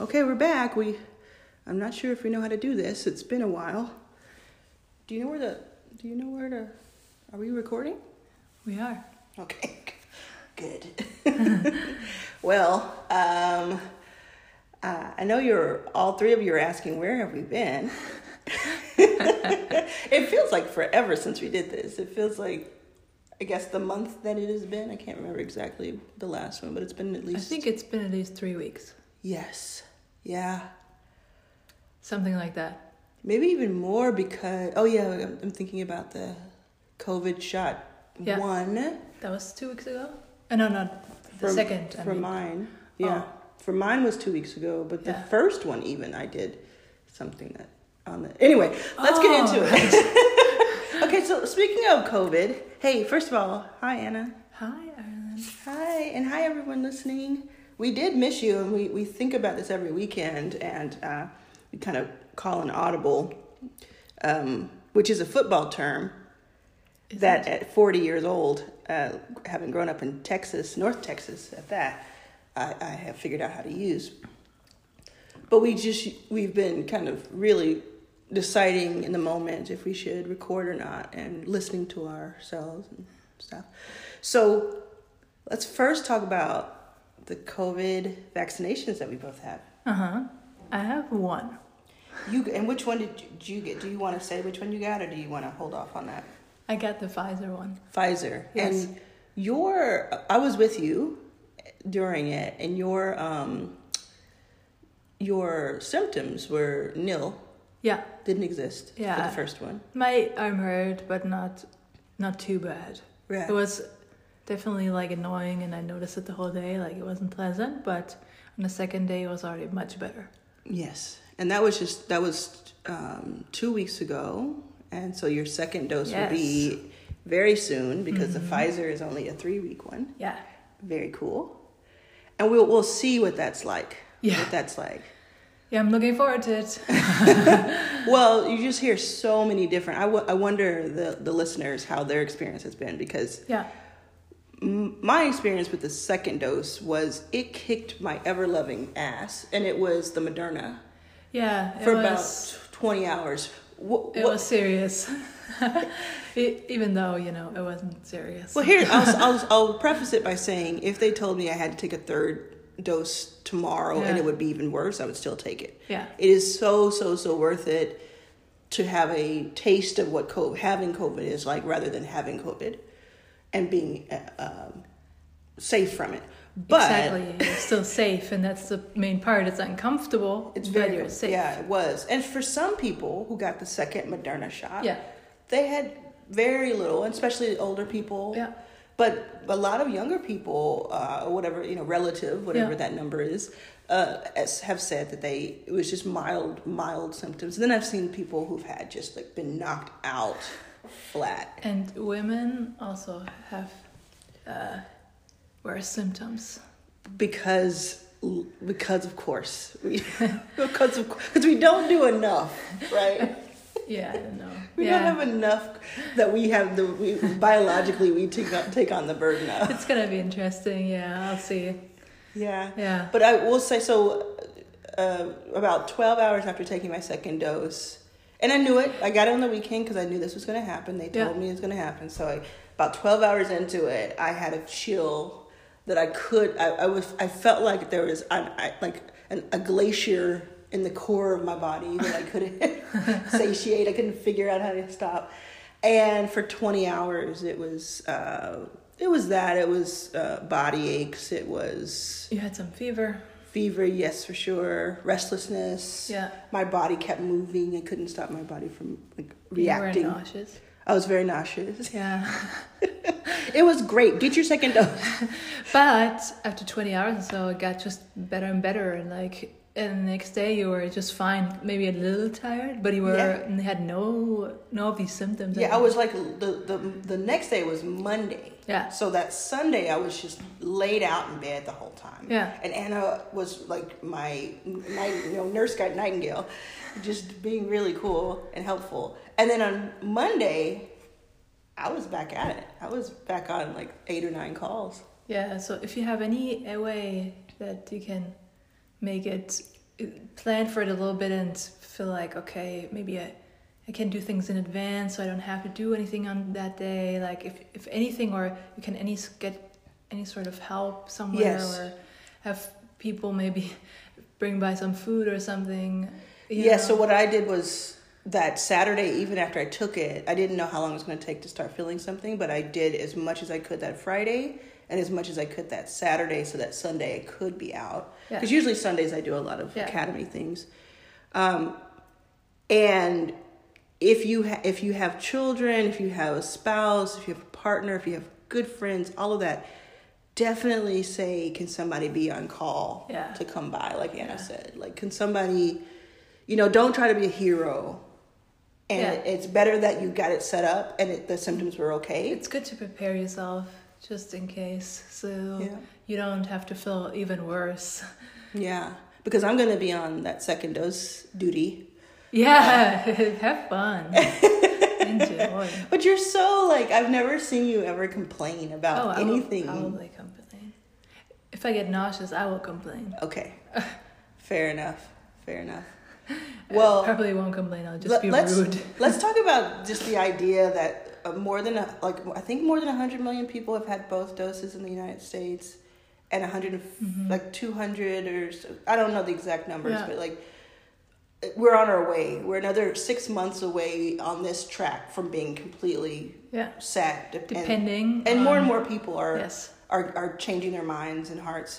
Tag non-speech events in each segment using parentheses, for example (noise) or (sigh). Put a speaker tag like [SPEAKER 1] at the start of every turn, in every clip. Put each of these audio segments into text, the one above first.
[SPEAKER 1] okay, we're back. We, I'm not sure if we know how to do this. It's been a while. Do you know where the? Do you know where the? Are we recording?
[SPEAKER 2] We are.
[SPEAKER 1] Okay, (laughs) good. (laughs) well, um, uh, I know you're all three of you are asking where have we been. (laughs) it feels like forever since we did this. It feels like, I guess, the month that it has been. I can't remember exactly the last one, but it's been at
[SPEAKER 2] I
[SPEAKER 1] least.
[SPEAKER 2] think it's been at least three weeks,
[SPEAKER 1] Yes. Yeah.
[SPEAKER 2] something like that.
[SPEAKER 1] Maybe even more because. Oh yeah, I'm, I'm thinking about the COVID shot
[SPEAKER 2] Yeah.
[SPEAKER 1] one.
[SPEAKER 2] That was two weeks ago. Uh, no, no, the
[SPEAKER 1] From-
[SPEAKER 2] second. I
[SPEAKER 1] for
[SPEAKER 2] mean. Oh.
[SPEAKER 1] mine. Yeah, for mine was two weeks ago, but
[SPEAKER 2] Yeah.
[SPEAKER 1] the first one even I did something that on the anyway. Let's get into
[SPEAKER 2] Oh.
[SPEAKER 1] it. (laughs) okay, so speaking of COVID, hey, first of all, hi Anna,
[SPEAKER 2] Hi, Ireland.
[SPEAKER 1] hi, and hi everyone listening. We did miss you, and we we think about this every weekend, and uh, we kind of call an audible, um, which is a football term
[SPEAKER 2] Is
[SPEAKER 1] that at 40 years old, uh, having grown up in Texas, North Texas, at that, I, I have figured out how to use. But we just we've been kind of really deciding in the moment if we should record or not, and listening to ourselves and stuff. So let's first talk about the COVID vaccinations that we both have.
[SPEAKER 2] Uh huh. I have one.
[SPEAKER 1] You and which one did you, did you get? Do you want to say which one you got, or do you want to hold off on that?
[SPEAKER 2] I got the Pfizer one.
[SPEAKER 1] Pfizer.
[SPEAKER 2] Yes.
[SPEAKER 1] And your, I was with you during it, and your um, your symptoms were nil,
[SPEAKER 2] Yeah,
[SPEAKER 1] didn't exist for
[SPEAKER 2] Yeah.
[SPEAKER 1] the first one.
[SPEAKER 2] my arm hurt, but not, not too bad.
[SPEAKER 1] Right.
[SPEAKER 2] It was definitely like annoying, and I noticed it the whole day. Like it wasn't pleasant, but on the second day it was already much better.
[SPEAKER 1] Yes, and that was just that was um, two weeks ago, and so your second dose will be very soon because
[SPEAKER 2] Mm-hmm.
[SPEAKER 1] the Pfizer is only a three week one.
[SPEAKER 2] Yeah.
[SPEAKER 1] Very cool, and we'll we'll see what that's like.
[SPEAKER 2] Yeah.
[SPEAKER 1] what that's like.
[SPEAKER 2] Yeah, I'm looking forward to (laughs) it.
[SPEAKER 1] Well, you just hear so many different. I, w- I wonder the, the listeners how their experience has been because
[SPEAKER 2] yeah.
[SPEAKER 1] m- my experience with the second dose was it kicked my ever loving ass, and it was the Moderna
[SPEAKER 2] Yeah. It
[SPEAKER 1] for
[SPEAKER 2] was,
[SPEAKER 1] about 20 hours. What,
[SPEAKER 2] It was serious. (laughs) E- even though, you know, it wasn't serious.
[SPEAKER 1] well, here, I'll, I'll, I'll preface it by saying if they told me I had to take a third dose tomorrow and
[SPEAKER 2] Yeah.
[SPEAKER 1] it would be even worse, I would still take it.
[SPEAKER 2] Yeah.
[SPEAKER 1] It is so so so worth it to have a taste of what COVID, having COVID is like, rather than having COVID, and being uh, um, safe from it. But
[SPEAKER 2] exactly. You're still safe, and that's the main part. It's uncomfortable,
[SPEAKER 1] it's
[SPEAKER 2] but
[SPEAKER 1] very
[SPEAKER 2] you're safe.
[SPEAKER 1] yeah, it was. And for some people who got the second Moderna shot,
[SPEAKER 2] Yeah.
[SPEAKER 1] they had very little, and especially older people.
[SPEAKER 2] Yeah.
[SPEAKER 1] But a lot of younger people, uh, whatever you know, relative, whatever
[SPEAKER 2] Yeah.
[SPEAKER 1] that number is, uh, as- have said that they it was just mild, mild symptoms. And then I've seen people who've had just like been knocked out flat.
[SPEAKER 2] And women also have uh, worse symptoms.
[SPEAKER 1] because because of course we (laughs) because of because we don't do enough right
[SPEAKER 2] Yeah, I don't know.
[SPEAKER 1] (laughs) we
[SPEAKER 2] yeah.
[SPEAKER 1] don't have enough that we have the we, biologically we take on, take on the burden of
[SPEAKER 2] it's gonna be interesting. Yeah, I'll see.
[SPEAKER 1] yeah
[SPEAKER 2] Yeah.
[SPEAKER 1] but i will say so uh, about 12 hours after taking my second dose and i knew it i got it on the weekend because i knew this was going to happen they
[SPEAKER 2] Yeah.
[SPEAKER 1] told me it was going to happen so I, about 12 hours into it i had a chill that i could i, I was i felt like there was an, I, like an, a glacier in the core of my body that i
[SPEAKER 2] (laughs)
[SPEAKER 1] couldn't satiate i couldn't figure out how to stop and for 20 hours it was uh, it was that it was uh, body aches it was
[SPEAKER 2] You had some fever.
[SPEAKER 1] Fever, yes, for sure. Restlessness.
[SPEAKER 2] Yeah.
[SPEAKER 1] My body kept moving. I couldn't stop my body from like
[SPEAKER 2] You
[SPEAKER 1] reacting.
[SPEAKER 2] were nauseous.
[SPEAKER 1] I was very nauseous. (laughs)
[SPEAKER 2] Yeah.
[SPEAKER 1] It was great. Get your second dose.
[SPEAKER 2] (laughs) But after 20 hours or so, it got just better and better. And like, and the next day you were just fine, maybe a little tired, but you were
[SPEAKER 1] Yeah.
[SPEAKER 2] and had no no of these symptoms.
[SPEAKER 1] yeah, I
[SPEAKER 2] anymore.
[SPEAKER 1] was like the, the the next day was Monday.
[SPEAKER 2] Yeah.
[SPEAKER 1] So that Sunday I was just laid out in bed the whole time.
[SPEAKER 2] Yeah.
[SPEAKER 1] And Anna was like my night, you know, nurse guide Nightingale, just being really cool and helpful. And then on Monday, I was back at it. I was back on like eight or nine calls.
[SPEAKER 2] Yeah. So if you have any uh, way that you can make it plan for it a little bit and feel like okay maybe I, I can do things in advance so I don't have to do anything on that day like if if anything or you can any s- get any sort of help somewhere
[SPEAKER 1] Yes.
[SPEAKER 2] or have people maybe (laughs) bring by some food or something you
[SPEAKER 1] Yeah.
[SPEAKER 2] know?
[SPEAKER 1] So what I did was that Saturday, even after I took it, I didn't know how long it was going to take to start feeling something, but I did as much as I could that Friday and as much as I could that Saturday, so that Sunday I could be out.
[SPEAKER 2] Yeah.
[SPEAKER 1] Because usually Sundays I do a lot of
[SPEAKER 2] Yeah.
[SPEAKER 1] academy things, um, and if you ha- if you have children, if you have a spouse, if you have a partner, if you have good friends, all of that. Definitely say, can somebody be on call
[SPEAKER 2] Yeah.
[SPEAKER 1] to come by? Like Anna
[SPEAKER 2] Yeah.
[SPEAKER 1] said, like can somebody you know, don't try to be a hero. And
[SPEAKER 2] Yeah.
[SPEAKER 1] it- it's better that you got it set up and it, the symptoms were okay.
[SPEAKER 2] it's good to prepare yourself just in case so
[SPEAKER 1] Yeah.
[SPEAKER 2] you don't have to feel even worse (laughs)
[SPEAKER 1] Yeah. Because I'm going to be on that second dose duty.
[SPEAKER 2] yeah
[SPEAKER 1] Uh,
[SPEAKER 2] (laughs) have
[SPEAKER 1] (laughs)
[SPEAKER 2] fun enjoy
[SPEAKER 1] But you're so like, I've never seen you ever complain
[SPEAKER 2] oh
[SPEAKER 1] about
[SPEAKER 2] I will,
[SPEAKER 1] anything.
[SPEAKER 2] I will like complain if i get nauseous i will complain (laughs)
[SPEAKER 1] Okay. Fair enough. Fair enough.
[SPEAKER 2] I
[SPEAKER 1] Well,
[SPEAKER 2] probably won't complain i'll just
[SPEAKER 1] Let-
[SPEAKER 2] be
[SPEAKER 1] let's
[SPEAKER 2] rude (laughs)
[SPEAKER 1] let's talk about just the idea that uh, more than a, like I think more than 100 million people have had both doses in the United States and 100 like 200 or so, I don't know the exact numbers
[SPEAKER 2] Mm-hmm. Yeah.
[SPEAKER 1] but like we're on our way. We're another 6 months away on this track from being completely
[SPEAKER 2] yeah
[SPEAKER 1] set dep- and,
[SPEAKER 2] depending
[SPEAKER 1] and more and
[SPEAKER 2] on-
[SPEAKER 1] more people are
[SPEAKER 2] yes
[SPEAKER 1] are are changing their minds and hearts.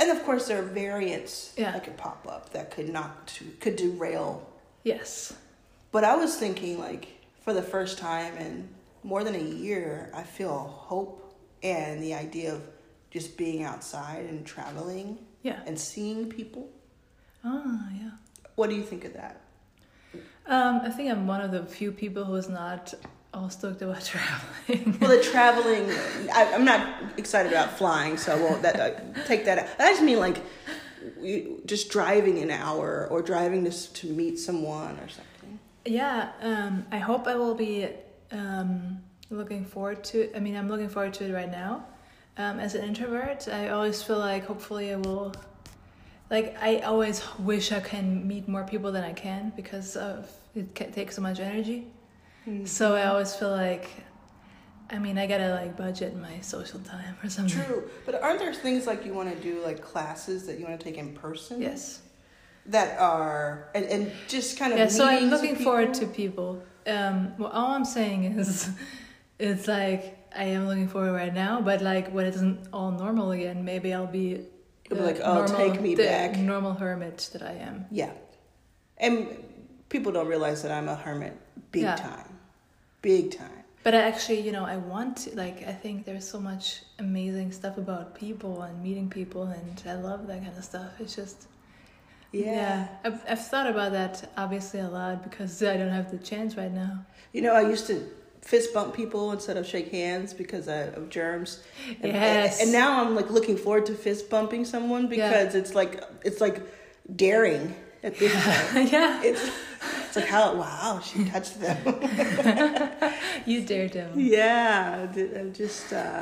[SPEAKER 1] And of course there are variants
[SPEAKER 2] Yeah.
[SPEAKER 1] that could pop up that could not could derail
[SPEAKER 2] yes
[SPEAKER 1] but I was thinking, like, for the first time in more than a year, I feel hope and the idea of just being outside and traveling
[SPEAKER 2] yeah
[SPEAKER 1] and seeing people.
[SPEAKER 2] ah yeah
[SPEAKER 1] What do you think of (laughs) that?
[SPEAKER 2] um, I think I'm one of the few people who is not all stoked about (laughs) traveling.
[SPEAKER 1] Well, the traveling, I, I'm not excited about flying, so I won't that, I, take that out. I just mean, like, you- just driving an hour or driving to, s- to meet someone or something.
[SPEAKER 2] Yeah, um, I hope I will be um, looking forward to I mean, I'm looking forward to it right now. Um, as an introvert, I always feel like hopefully I will. Like, I always wish I can meet more people than I can because of, it ca- takes so much energy. So I always feel like, I mean, I gotta like budget my social time or something.
[SPEAKER 1] True, but aren't there things like you want to do, like classes that you want to take in person?
[SPEAKER 2] Yes.
[SPEAKER 1] that are and, and just kind of
[SPEAKER 2] Yeah, so I'm
[SPEAKER 1] meetings with
[SPEAKER 2] looking forward to
[SPEAKER 1] people.
[SPEAKER 2] people. Um, well, all I'm saying is, (laughs) it's like I am looking forward right now, but like when it's n- all normal again, maybe I'll be
[SPEAKER 1] You'll be like, "Oh, take me
[SPEAKER 2] the
[SPEAKER 1] back."
[SPEAKER 2] normal hermit that I am.
[SPEAKER 1] yeah and people don't realize that i'm a hermit big
[SPEAKER 2] Yeah.
[SPEAKER 1] time big time
[SPEAKER 2] But I actually, you know, I want to, like I think there's so much amazing stuff about people and meeting people, and I love that kind of stuff. It's just
[SPEAKER 1] yeah.
[SPEAKER 2] I've, I've thought about that obviously a lot because I don't have the chance right now. (laughs)
[SPEAKER 1] you know i used to fist bump people instead of shake hands because I, of germs and,
[SPEAKER 2] Yes.
[SPEAKER 1] and, now i'm like looking forward to fist bumping someone because it's like it's like daring at
[SPEAKER 2] (laughs)
[SPEAKER 1] this point
[SPEAKER 2] yeah,
[SPEAKER 1] it's, it's like how wow she touched them
[SPEAKER 2] you daredevil.
[SPEAKER 1] Yeah, d- I'm just. Uh,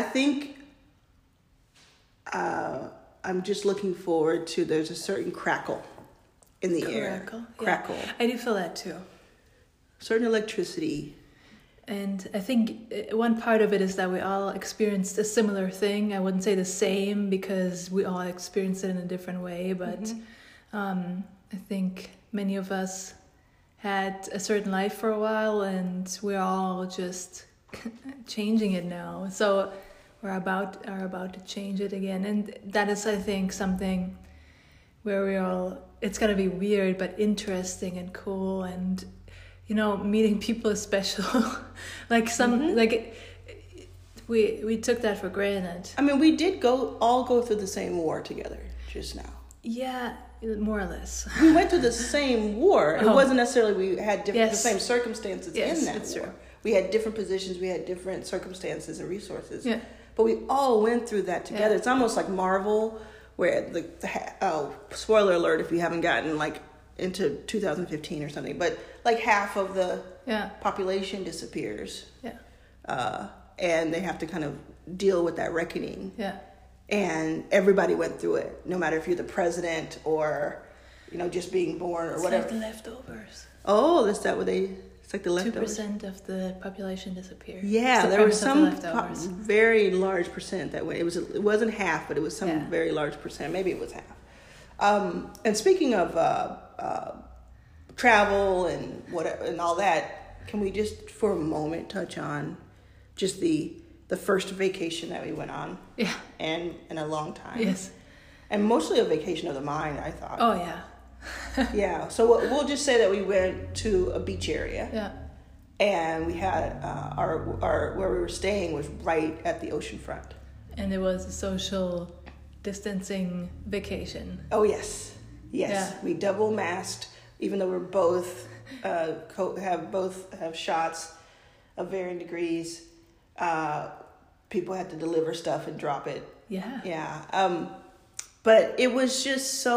[SPEAKER 1] I think uh, I'm just looking forward to. There's a certain crackle in the air.
[SPEAKER 2] Crackle, yeah.
[SPEAKER 1] Crackle.
[SPEAKER 2] I do feel that too.
[SPEAKER 1] Certain electricity.
[SPEAKER 2] And I think uh, one part of it is that we all experienced a similar thing. I wouldn't say the same because we all experienced it in a different way, but um, I think many of us had a certain life for a while and we're all just (laughs) changing it now. So we're about are about to change it again. And that is I think something where we all it's gonna be weird but interesting and cool and you know meeting (laughs) people is special like some like we we took that for granted
[SPEAKER 1] I mean, we did go all go through the same war together just now.
[SPEAKER 2] yeah more or less (laughs)
[SPEAKER 1] We went through the same war. It
[SPEAKER 2] Oh.
[SPEAKER 1] wasn't necessarily we had different
[SPEAKER 2] Yes.
[SPEAKER 1] the same circumstances
[SPEAKER 2] Yes,
[SPEAKER 1] in that
[SPEAKER 2] that's
[SPEAKER 1] war.
[SPEAKER 2] true.
[SPEAKER 1] We had different positions. We had different circumstances and resources.
[SPEAKER 2] yeah
[SPEAKER 1] But we all went through that together.
[SPEAKER 2] Yeah.
[SPEAKER 1] It's almost like Marvel, where the, the ha- oh spoiler alert if you haven't gotten like into 2015 or something, but like half of the
[SPEAKER 2] yeah
[SPEAKER 1] population disappears,
[SPEAKER 2] yeah
[SPEAKER 1] uh, and they have to kind of deal with that reckoning.
[SPEAKER 2] yeah
[SPEAKER 1] And everybody went through it, no matter if you're the president or you know, just being born or
[SPEAKER 2] It's
[SPEAKER 1] whatever.
[SPEAKER 2] like the leftovers.
[SPEAKER 1] oh, that's that what they. It's like the
[SPEAKER 2] Two
[SPEAKER 1] leftovers.
[SPEAKER 2] percent of the population disappeared.
[SPEAKER 1] Yeah,
[SPEAKER 2] It's the
[SPEAKER 1] there was
[SPEAKER 2] premise
[SPEAKER 1] some
[SPEAKER 2] of the
[SPEAKER 1] po-
[SPEAKER 2] leftovers.
[SPEAKER 1] very large percent that way. It was it wasn't half, but it was some
[SPEAKER 2] Yeah.
[SPEAKER 1] very large percent. Maybe it was half. Um, and speaking of uh, uh, travel and whatever and all that, can we just for a moment touch on just the the first vacation that we went on
[SPEAKER 2] (laughs) Yeah.
[SPEAKER 1] and in a long time?
[SPEAKER 2] Yes.
[SPEAKER 1] And mostly a vacation of the mind, I thought.
[SPEAKER 2] Oh yeah.
[SPEAKER 1] (laughs) Yeah. So we'll- we'll just say that we went to a beach area
[SPEAKER 2] Yeah.
[SPEAKER 1] and we had uh, our our where we were staying was right at the ocean front.
[SPEAKER 2] And it was a social distancing vacation.
[SPEAKER 1] Oh yes, yes.
[SPEAKER 2] Yeah.
[SPEAKER 1] We double masked, even though we're both uh, co- have both have shots of varying degrees. Uh, people had to deliver stuff and drop it.
[SPEAKER 2] Yeah.
[SPEAKER 1] Yeah. Um, but it was just so.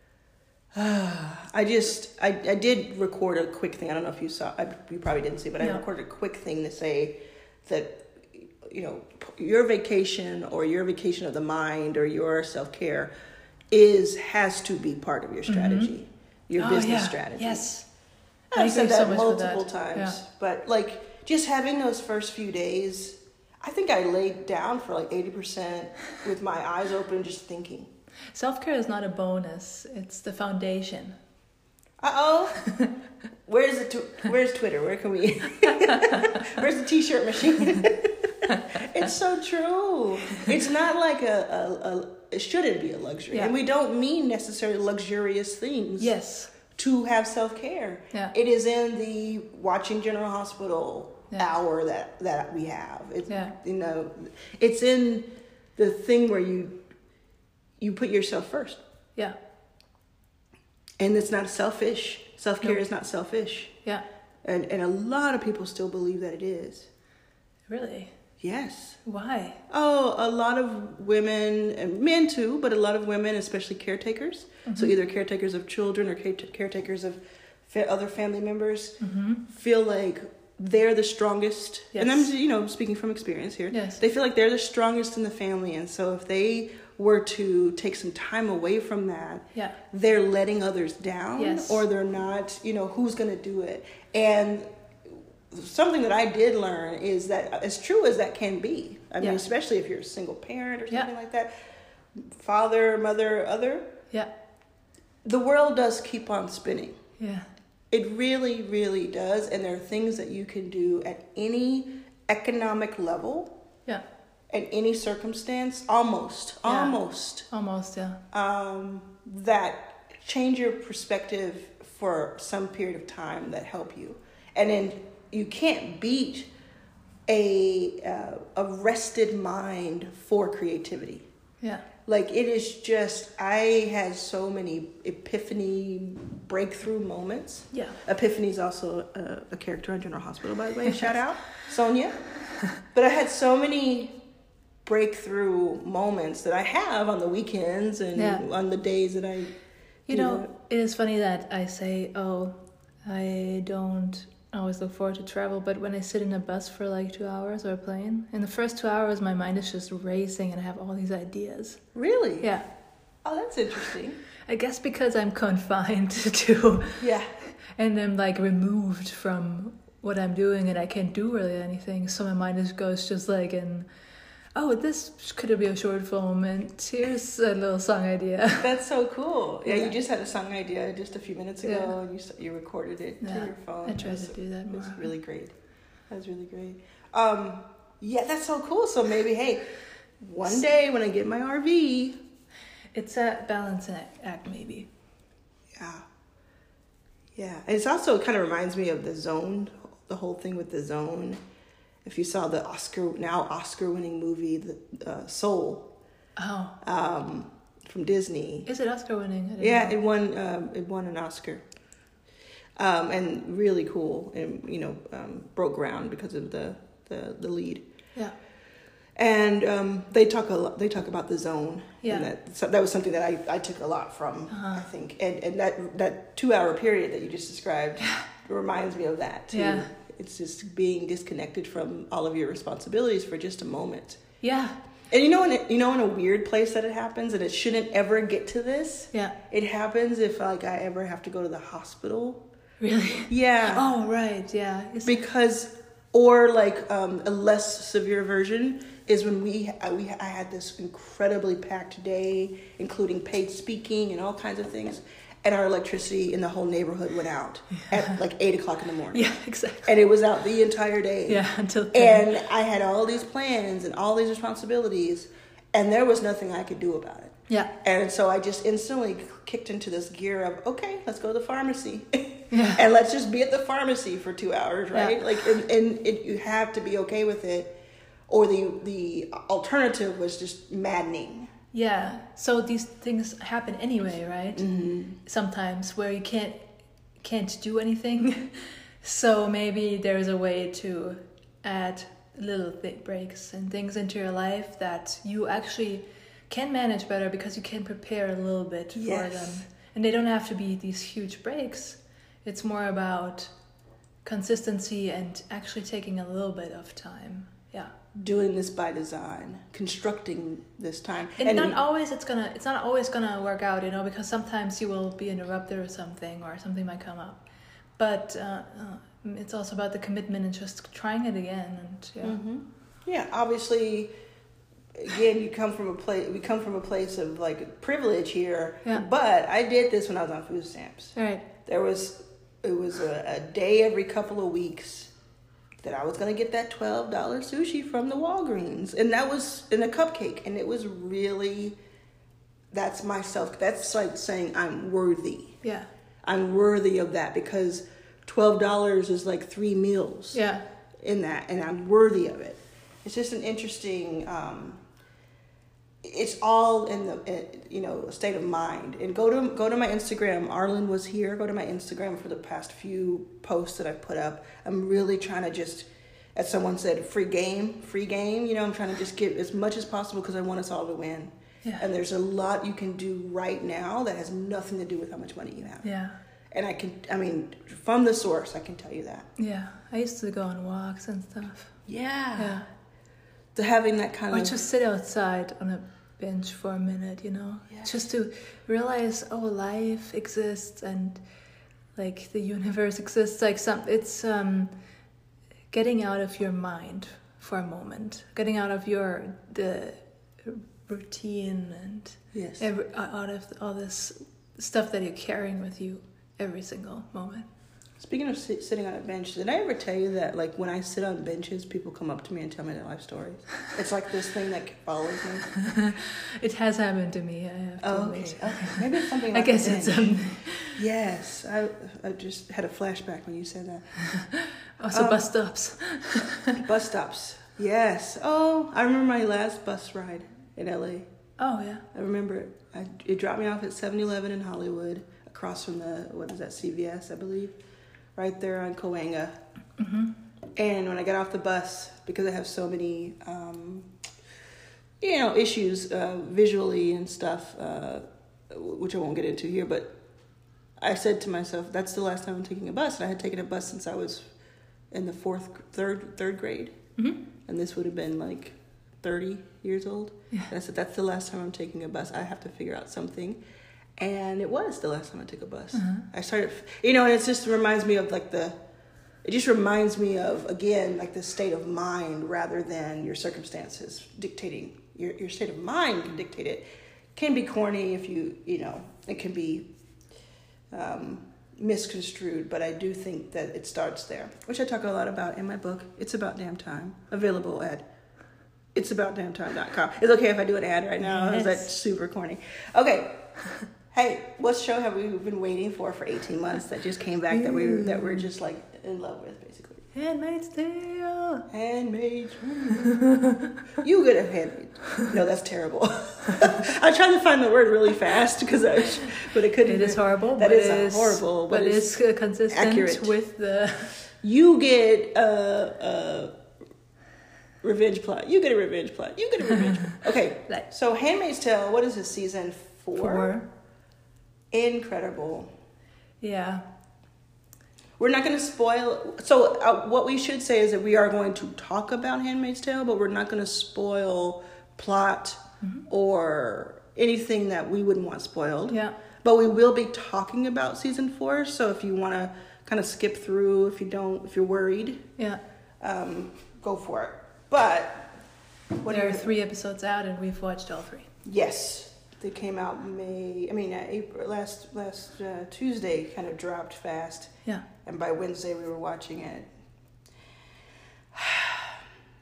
[SPEAKER 1] (sighs) I just I, I did record a quick thing. I don't know if you saw. I, you probably didn't see, but I
[SPEAKER 2] No.
[SPEAKER 1] recorded a quick thing to say that you know your vacation or your vacation of the mind or your self care is has to be part of your strategy, your
[SPEAKER 2] Mm-hmm. Oh,
[SPEAKER 1] business
[SPEAKER 2] yeah.
[SPEAKER 1] strategy.
[SPEAKER 2] Yes. I
[SPEAKER 1] I've said
[SPEAKER 2] agree so
[SPEAKER 1] that
[SPEAKER 2] much with
[SPEAKER 1] multiple
[SPEAKER 2] that.
[SPEAKER 1] times, but like just having those first few days, I think I laid down for like eighty percent with my eyes open, just thinking.
[SPEAKER 2] Self care is not a bonus, it's the foundation.
[SPEAKER 1] Uh
[SPEAKER 2] (laughs)
[SPEAKER 1] oh, where's the tw- where's Twitter? Where can we? where's the T-shirt machine?
[SPEAKER 2] (laughs)
[SPEAKER 1] it's so true. It's not like a, a, a it shouldn't be a luxury,
[SPEAKER 2] Yeah.
[SPEAKER 1] and we don't mean necessarily luxurious things.
[SPEAKER 2] Yes.
[SPEAKER 1] to have self care.
[SPEAKER 2] Yeah.
[SPEAKER 1] It is in the watching General Hospital
[SPEAKER 2] Yeah.
[SPEAKER 1] hour that that we have. It's
[SPEAKER 2] Yeah.
[SPEAKER 1] you know, it's in the thing where you you put yourself first,
[SPEAKER 2] Yeah.
[SPEAKER 1] and it's not selfish. Self care
[SPEAKER 2] No.
[SPEAKER 1] is not selfish,
[SPEAKER 2] Yeah.
[SPEAKER 1] and and a lot of people still believe that it is.
[SPEAKER 2] Really?
[SPEAKER 1] Yes.
[SPEAKER 2] Why?
[SPEAKER 1] Oh, a lot of women and men too, but a lot of women, especially caretakers.
[SPEAKER 2] Mm-hmm.
[SPEAKER 1] So either caretakers of children or care- caretakers of fa- other family members, feel like they're the strongest. And I'm,
[SPEAKER 2] Mm-hmm. Yes.
[SPEAKER 1] you know, speaking from experience here.
[SPEAKER 2] Yes.
[SPEAKER 1] They feel like they're the strongest in the family, and so if they were to take some time away from that,
[SPEAKER 2] Yeah.
[SPEAKER 1] they're letting others down
[SPEAKER 2] Yes.
[SPEAKER 1] or they're not you know who's going to do it and something that i did learn is that as true as that can be i
[SPEAKER 2] Yeah.
[SPEAKER 1] mean especially if you're a single parent or
[SPEAKER 2] Yeah.
[SPEAKER 1] something like that father mother other
[SPEAKER 2] Yeah.
[SPEAKER 1] the world does keep on spinning
[SPEAKER 2] Yeah.
[SPEAKER 1] it really really does and there are things that you can do at any economic level
[SPEAKER 2] Yeah.
[SPEAKER 1] at any circumstance almost
[SPEAKER 2] Yeah.
[SPEAKER 1] almost
[SPEAKER 2] Almost, yeah.
[SPEAKER 1] um, that change your perspective for some period of time that help you and then you can't beat a uh, a rested mind for creativity
[SPEAKER 2] Yeah.
[SPEAKER 1] like it is just i had so many epiphany breakthrough moments
[SPEAKER 2] Yeah.
[SPEAKER 1] Epiphany is also a, a character on General Hospital, by the way.
[SPEAKER 2] (laughs)
[SPEAKER 1] Shout out, Sonia. But I had so many breakthrough moments that I have on the weekends and
[SPEAKER 2] Yeah.
[SPEAKER 1] on the days that I,
[SPEAKER 2] You
[SPEAKER 1] do
[SPEAKER 2] know,
[SPEAKER 1] that.
[SPEAKER 2] it is funny that I say, oh, I don't always look forward to travel, but when I sit in a bus for like two hours or a plane, in the first two hours, my mind is just racing and I have all these ideas.
[SPEAKER 1] Really?
[SPEAKER 2] Yeah.
[SPEAKER 1] Oh, that's interesting.
[SPEAKER 2] I guess because I'm confined (laughs) to
[SPEAKER 1] Yeah.
[SPEAKER 2] and I'm like removed from what I'm doing and I can't do really anything. So my mind just goes just like in, oh, this could be a short film and here's a little song idea. (laughs)
[SPEAKER 1] That's so cool. Yeah,
[SPEAKER 2] Yeah.
[SPEAKER 1] you just had a song idea just a few minutes ago
[SPEAKER 2] Yeah.
[SPEAKER 1] and you, s- you recorded it
[SPEAKER 2] Yeah.
[SPEAKER 1] to your phone.
[SPEAKER 2] I try
[SPEAKER 1] Oh, That's-
[SPEAKER 2] to do that more.
[SPEAKER 1] That's really great. That's really great. Um, yeah, that's so cool. So maybe, hey, one day when I get my RV,
[SPEAKER 2] It's a balancing act, maybe.
[SPEAKER 1] Yeah. Yeah. It's also kind of reminds me of the zone, the whole thing with the zone. If you saw the Oscar now Oscar winning movie the uh, Soul
[SPEAKER 2] Oh,
[SPEAKER 1] um, from Disney.
[SPEAKER 2] is it Oscar winning? I didn't
[SPEAKER 1] Yeah,
[SPEAKER 2] know.
[SPEAKER 1] it won um, it won an Oscar. Um, and really cool and you know um, broke ground because of the the, the lead.
[SPEAKER 2] yeah,
[SPEAKER 1] And um, they talk a lot, they talk about the zone.
[SPEAKER 2] Yeah.
[SPEAKER 1] And that so that was something that I, I took a lot from,
[SPEAKER 2] Uh-huh.
[SPEAKER 1] I think. And and that that two hour period that you just described reminds me of that too.
[SPEAKER 2] Yeah.
[SPEAKER 1] It's just being disconnected from all of your responsibilities for just a moment.
[SPEAKER 2] yeah.
[SPEAKER 1] And you know, in a, you know, in a weird place that it happens, and it shouldn't ever get to this.
[SPEAKER 2] Yeah. (laughs)
[SPEAKER 1] It happens if like I ever have to go to the hospital.
[SPEAKER 2] Really?
[SPEAKER 1] Yeah.
[SPEAKER 2] Oh, right. Yeah. It's-
[SPEAKER 1] because or like um, a less severe version is when we I, we I had this incredibly packed day, including paid speaking and all kinds of things, and our electricity in the whole neighborhood went out at like eight o'clock in the morning,
[SPEAKER 2] (laughs) yeah, exactly.
[SPEAKER 1] and it was out the entire day.
[SPEAKER 2] Yeah, until then.
[SPEAKER 1] And I had all these plans and all these responsibilities, and there was nothing I could do about it.
[SPEAKER 2] Yeah.
[SPEAKER 1] And so I just instantly kicked into this gear of, okay, let's go to the pharmacy. (laughs)
[SPEAKER 2] Yeah.
[SPEAKER 1] and let's just be at the pharmacy for two hours, right?
[SPEAKER 2] Yeah.
[SPEAKER 1] Like, and, and it, you have to be okay with it. Or the, the alternative was just maddening.
[SPEAKER 2] Yeah. So these things happen anyway, right? Sometimes where you can't can't do anything. (laughs) so maybe there's a way to add little th- breaks and things into your life that you actually can manage better because you can prepare a little bit for
[SPEAKER 1] Yes.
[SPEAKER 2] them. And they don't have to be these huge breaks. It's more about consistency and actually taking a little bit of time. Yeah.
[SPEAKER 1] Doing this by design, constructing this time.
[SPEAKER 2] and, not always it's gonna it's not always gonna work out you know because sometimes you will be interrupted or something or something might come up but uh, uh, it's also about the commitment and just trying it again and yeah
[SPEAKER 1] Mhm. Yeah, obviously, again, you come from a place. We come from a place of like privilege here.
[SPEAKER 2] Yeah.
[SPEAKER 1] But I did this when I was on food stamps.
[SPEAKER 2] all right
[SPEAKER 1] There was it was a, a day every couple of weeks that I was gonna get that twelve dollar sushi from the Walgreens, and that was in a cupcake, and it was really. That's myself. That's like saying I'm worthy.
[SPEAKER 2] yeah
[SPEAKER 1] I'm worthy of that because twelve dollars is like three meals
[SPEAKER 2] yeah
[SPEAKER 1] in that and I'm worthy of it. It's just an interesting um it's all in the in, you know state of mind and go to go to my instagram arlen was here go to my instagram for the past few posts that i've put up i'm really trying to just as someone said free game free game you know i'm trying to just get as much as possible because i want us all to win
[SPEAKER 2] Yeah.
[SPEAKER 1] and there's a lot you can do right now that has nothing to do with how much money you have
[SPEAKER 2] yeah
[SPEAKER 1] and i can i mean from the source i can tell you that
[SPEAKER 2] yeah i used to go on walks and stuff yeah
[SPEAKER 1] to having that kind
[SPEAKER 2] or
[SPEAKER 1] of
[SPEAKER 2] just sit outside on a bench for a minute you know
[SPEAKER 1] Yeah.
[SPEAKER 2] just to realize oh life exists and like the universe (laughs) exists like some it's um getting out of your mind for a moment getting out of your the routine and
[SPEAKER 1] yes
[SPEAKER 2] every, uh, out of all this stuff that you're carrying with you every single moment
[SPEAKER 1] speaking of sit- sitting on a bench did i ever tell you that like when i sit on benches people come up to me and tell me their life stories it's like this thing that follows
[SPEAKER 2] (laughs)
[SPEAKER 1] me
[SPEAKER 2] it has happened to me i have to
[SPEAKER 1] oh, okay
[SPEAKER 2] admit
[SPEAKER 1] okay (laughs) maybe it's something
[SPEAKER 2] i
[SPEAKER 1] like
[SPEAKER 2] guess
[SPEAKER 1] a
[SPEAKER 2] it's
[SPEAKER 1] bench.
[SPEAKER 2] um,
[SPEAKER 1] yes I, I just had a flashback when you said that
[SPEAKER 2] also
[SPEAKER 1] Um,
[SPEAKER 2] bus stops
[SPEAKER 1] bus stops yes oh i remember my last bus ride in la
[SPEAKER 2] oh yeah
[SPEAKER 1] I remember it. I, it dropped me off at 7 Eleven in Hollywood, across from the, what is that, CVS, I believe, right there on Coanga. And when I got off the bus, because I have so many, um, you know, issues uh, visually and stuff, uh, which I won't get into here, but I said to myself, that's the last time I'm taking a bus. And I had taken a bus since I was in the fourth, third, third grade.
[SPEAKER 2] Mhm.
[SPEAKER 1] And this would have been like 30 years old.
[SPEAKER 2] Yeah.
[SPEAKER 1] And I said, that's the last time I'm taking a bus. I have to figure out something. And it was the last time I took a bus. I started, you know, and it just reminds me of like the, it just reminds me of, again, like the state of mind rather than your circumstances dictating. Your, your state of mind can dictate it. Can be corny if you, you know, it can be um, misconstrued, but I do think that it starts there, which I talk a lot about in my book. It's about damn time. Available at itsaboutdamntime.com. It's okay if I do an ad right now. Is that
[SPEAKER 2] Yes.
[SPEAKER 1] super corny? Okay. Hey, what show have we been waiting for for 18 months that just came back that we that we're just like in love with basically?
[SPEAKER 2] Handmaid's Tale.
[SPEAKER 1] Handmaid. you would have handmaid. No, that's terrible. (laughs) I tried to find the word really fast because I, but I couldn't.
[SPEAKER 2] It is horrible.
[SPEAKER 1] That
[SPEAKER 2] but
[SPEAKER 1] is a horrible, but, it's,
[SPEAKER 2] it's, uh, consistent
[SPEAKER 1] accurate.
[SPEAKER 2] with the.
[SPEAKER 1] you get a, a revenge plot. You get a revenge plot. You get a revenge.
[SPEAKER 2] (laughs)
[SPEAKER 1] plot. Okay,
[SPEAKER 2] Like-
[SPEAKER 1] so Handmaid's Tale. What is this season four?
[SPEAKER 2] Four.
[SPEAKER 1] Incredible.
[SPEAKER 2] Yeah.
[SPEAKER 1] We're not going to spoil. So, uh, what we should say is that we are going to talk about Handmaid's Tale, but we're not going to spoil plot or anything that we wouldn't want spoiled.
[SPEAKER 2] Mm-hmm. Yeah.
[SPEAKER 1] But we will be talking about season four, so if you want to kind of skip through, if you don't, if you're worried,
[SPEAKER 2] Yeah.
[SPEAKER 1] um, go for it. But what
[SPEAKER 2] there
[SPEAKER 1] are
[SPEAKER 2] are
[SPEAKER 1] your
[SPEAKER 2] three episodes out, and we've watched all three.
[SPEAKER 1] Yes, they came out May. I mean, uh, April last last uh, Tuesday kind of dropped fast,
[SPEAKER 2] Yeah.
[SPEAKER 1] and by Wednesday we were watching it. (sighs)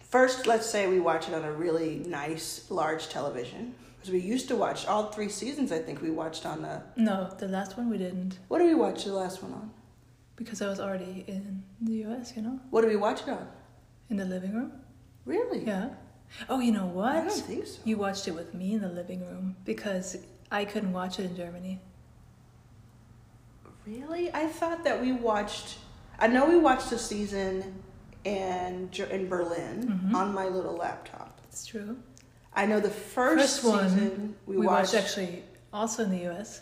[SPEAKER 1] First, let's say we watch it on a really nice large television because we used to watch all three seasons. I think we watched on the.
[SPEAKER 2] No, the last one we didn't
[SPEAKER 1] What did we watch the last one on?
[SPEAKER 2] because I was already in the U.S. You know,
[SPEAKER 1] What did we watch it on?
[SPEAKER 2] in the living room.
[SPEAKER 1] Really?
[SPEAKER 2] Yeah. Oh, you know
[SPEAKER 1] I don't
[SPEAKER 2] what?
[SPEAKER 1] think so.
[SPEAKER 2] You watched it with me in the living room because I couldn't watch it in Germany.
[SPEAKER 1] Really? I thought that we watched. I know we watched the season in Ger- in Berlin
[SPEAKER 2] Mhm.
[SPEAKER 1] on my little laptop.
[SPEAKER 2] It's true.
[SPEAKER 1] I know the first,
[SPEAKER 2] First one
[SPEAKER 1] season we,
[SPEAKER 2] We,
[SPEAKER 1] watched,
[SPEAKER 2] watched, actually also in the U.S.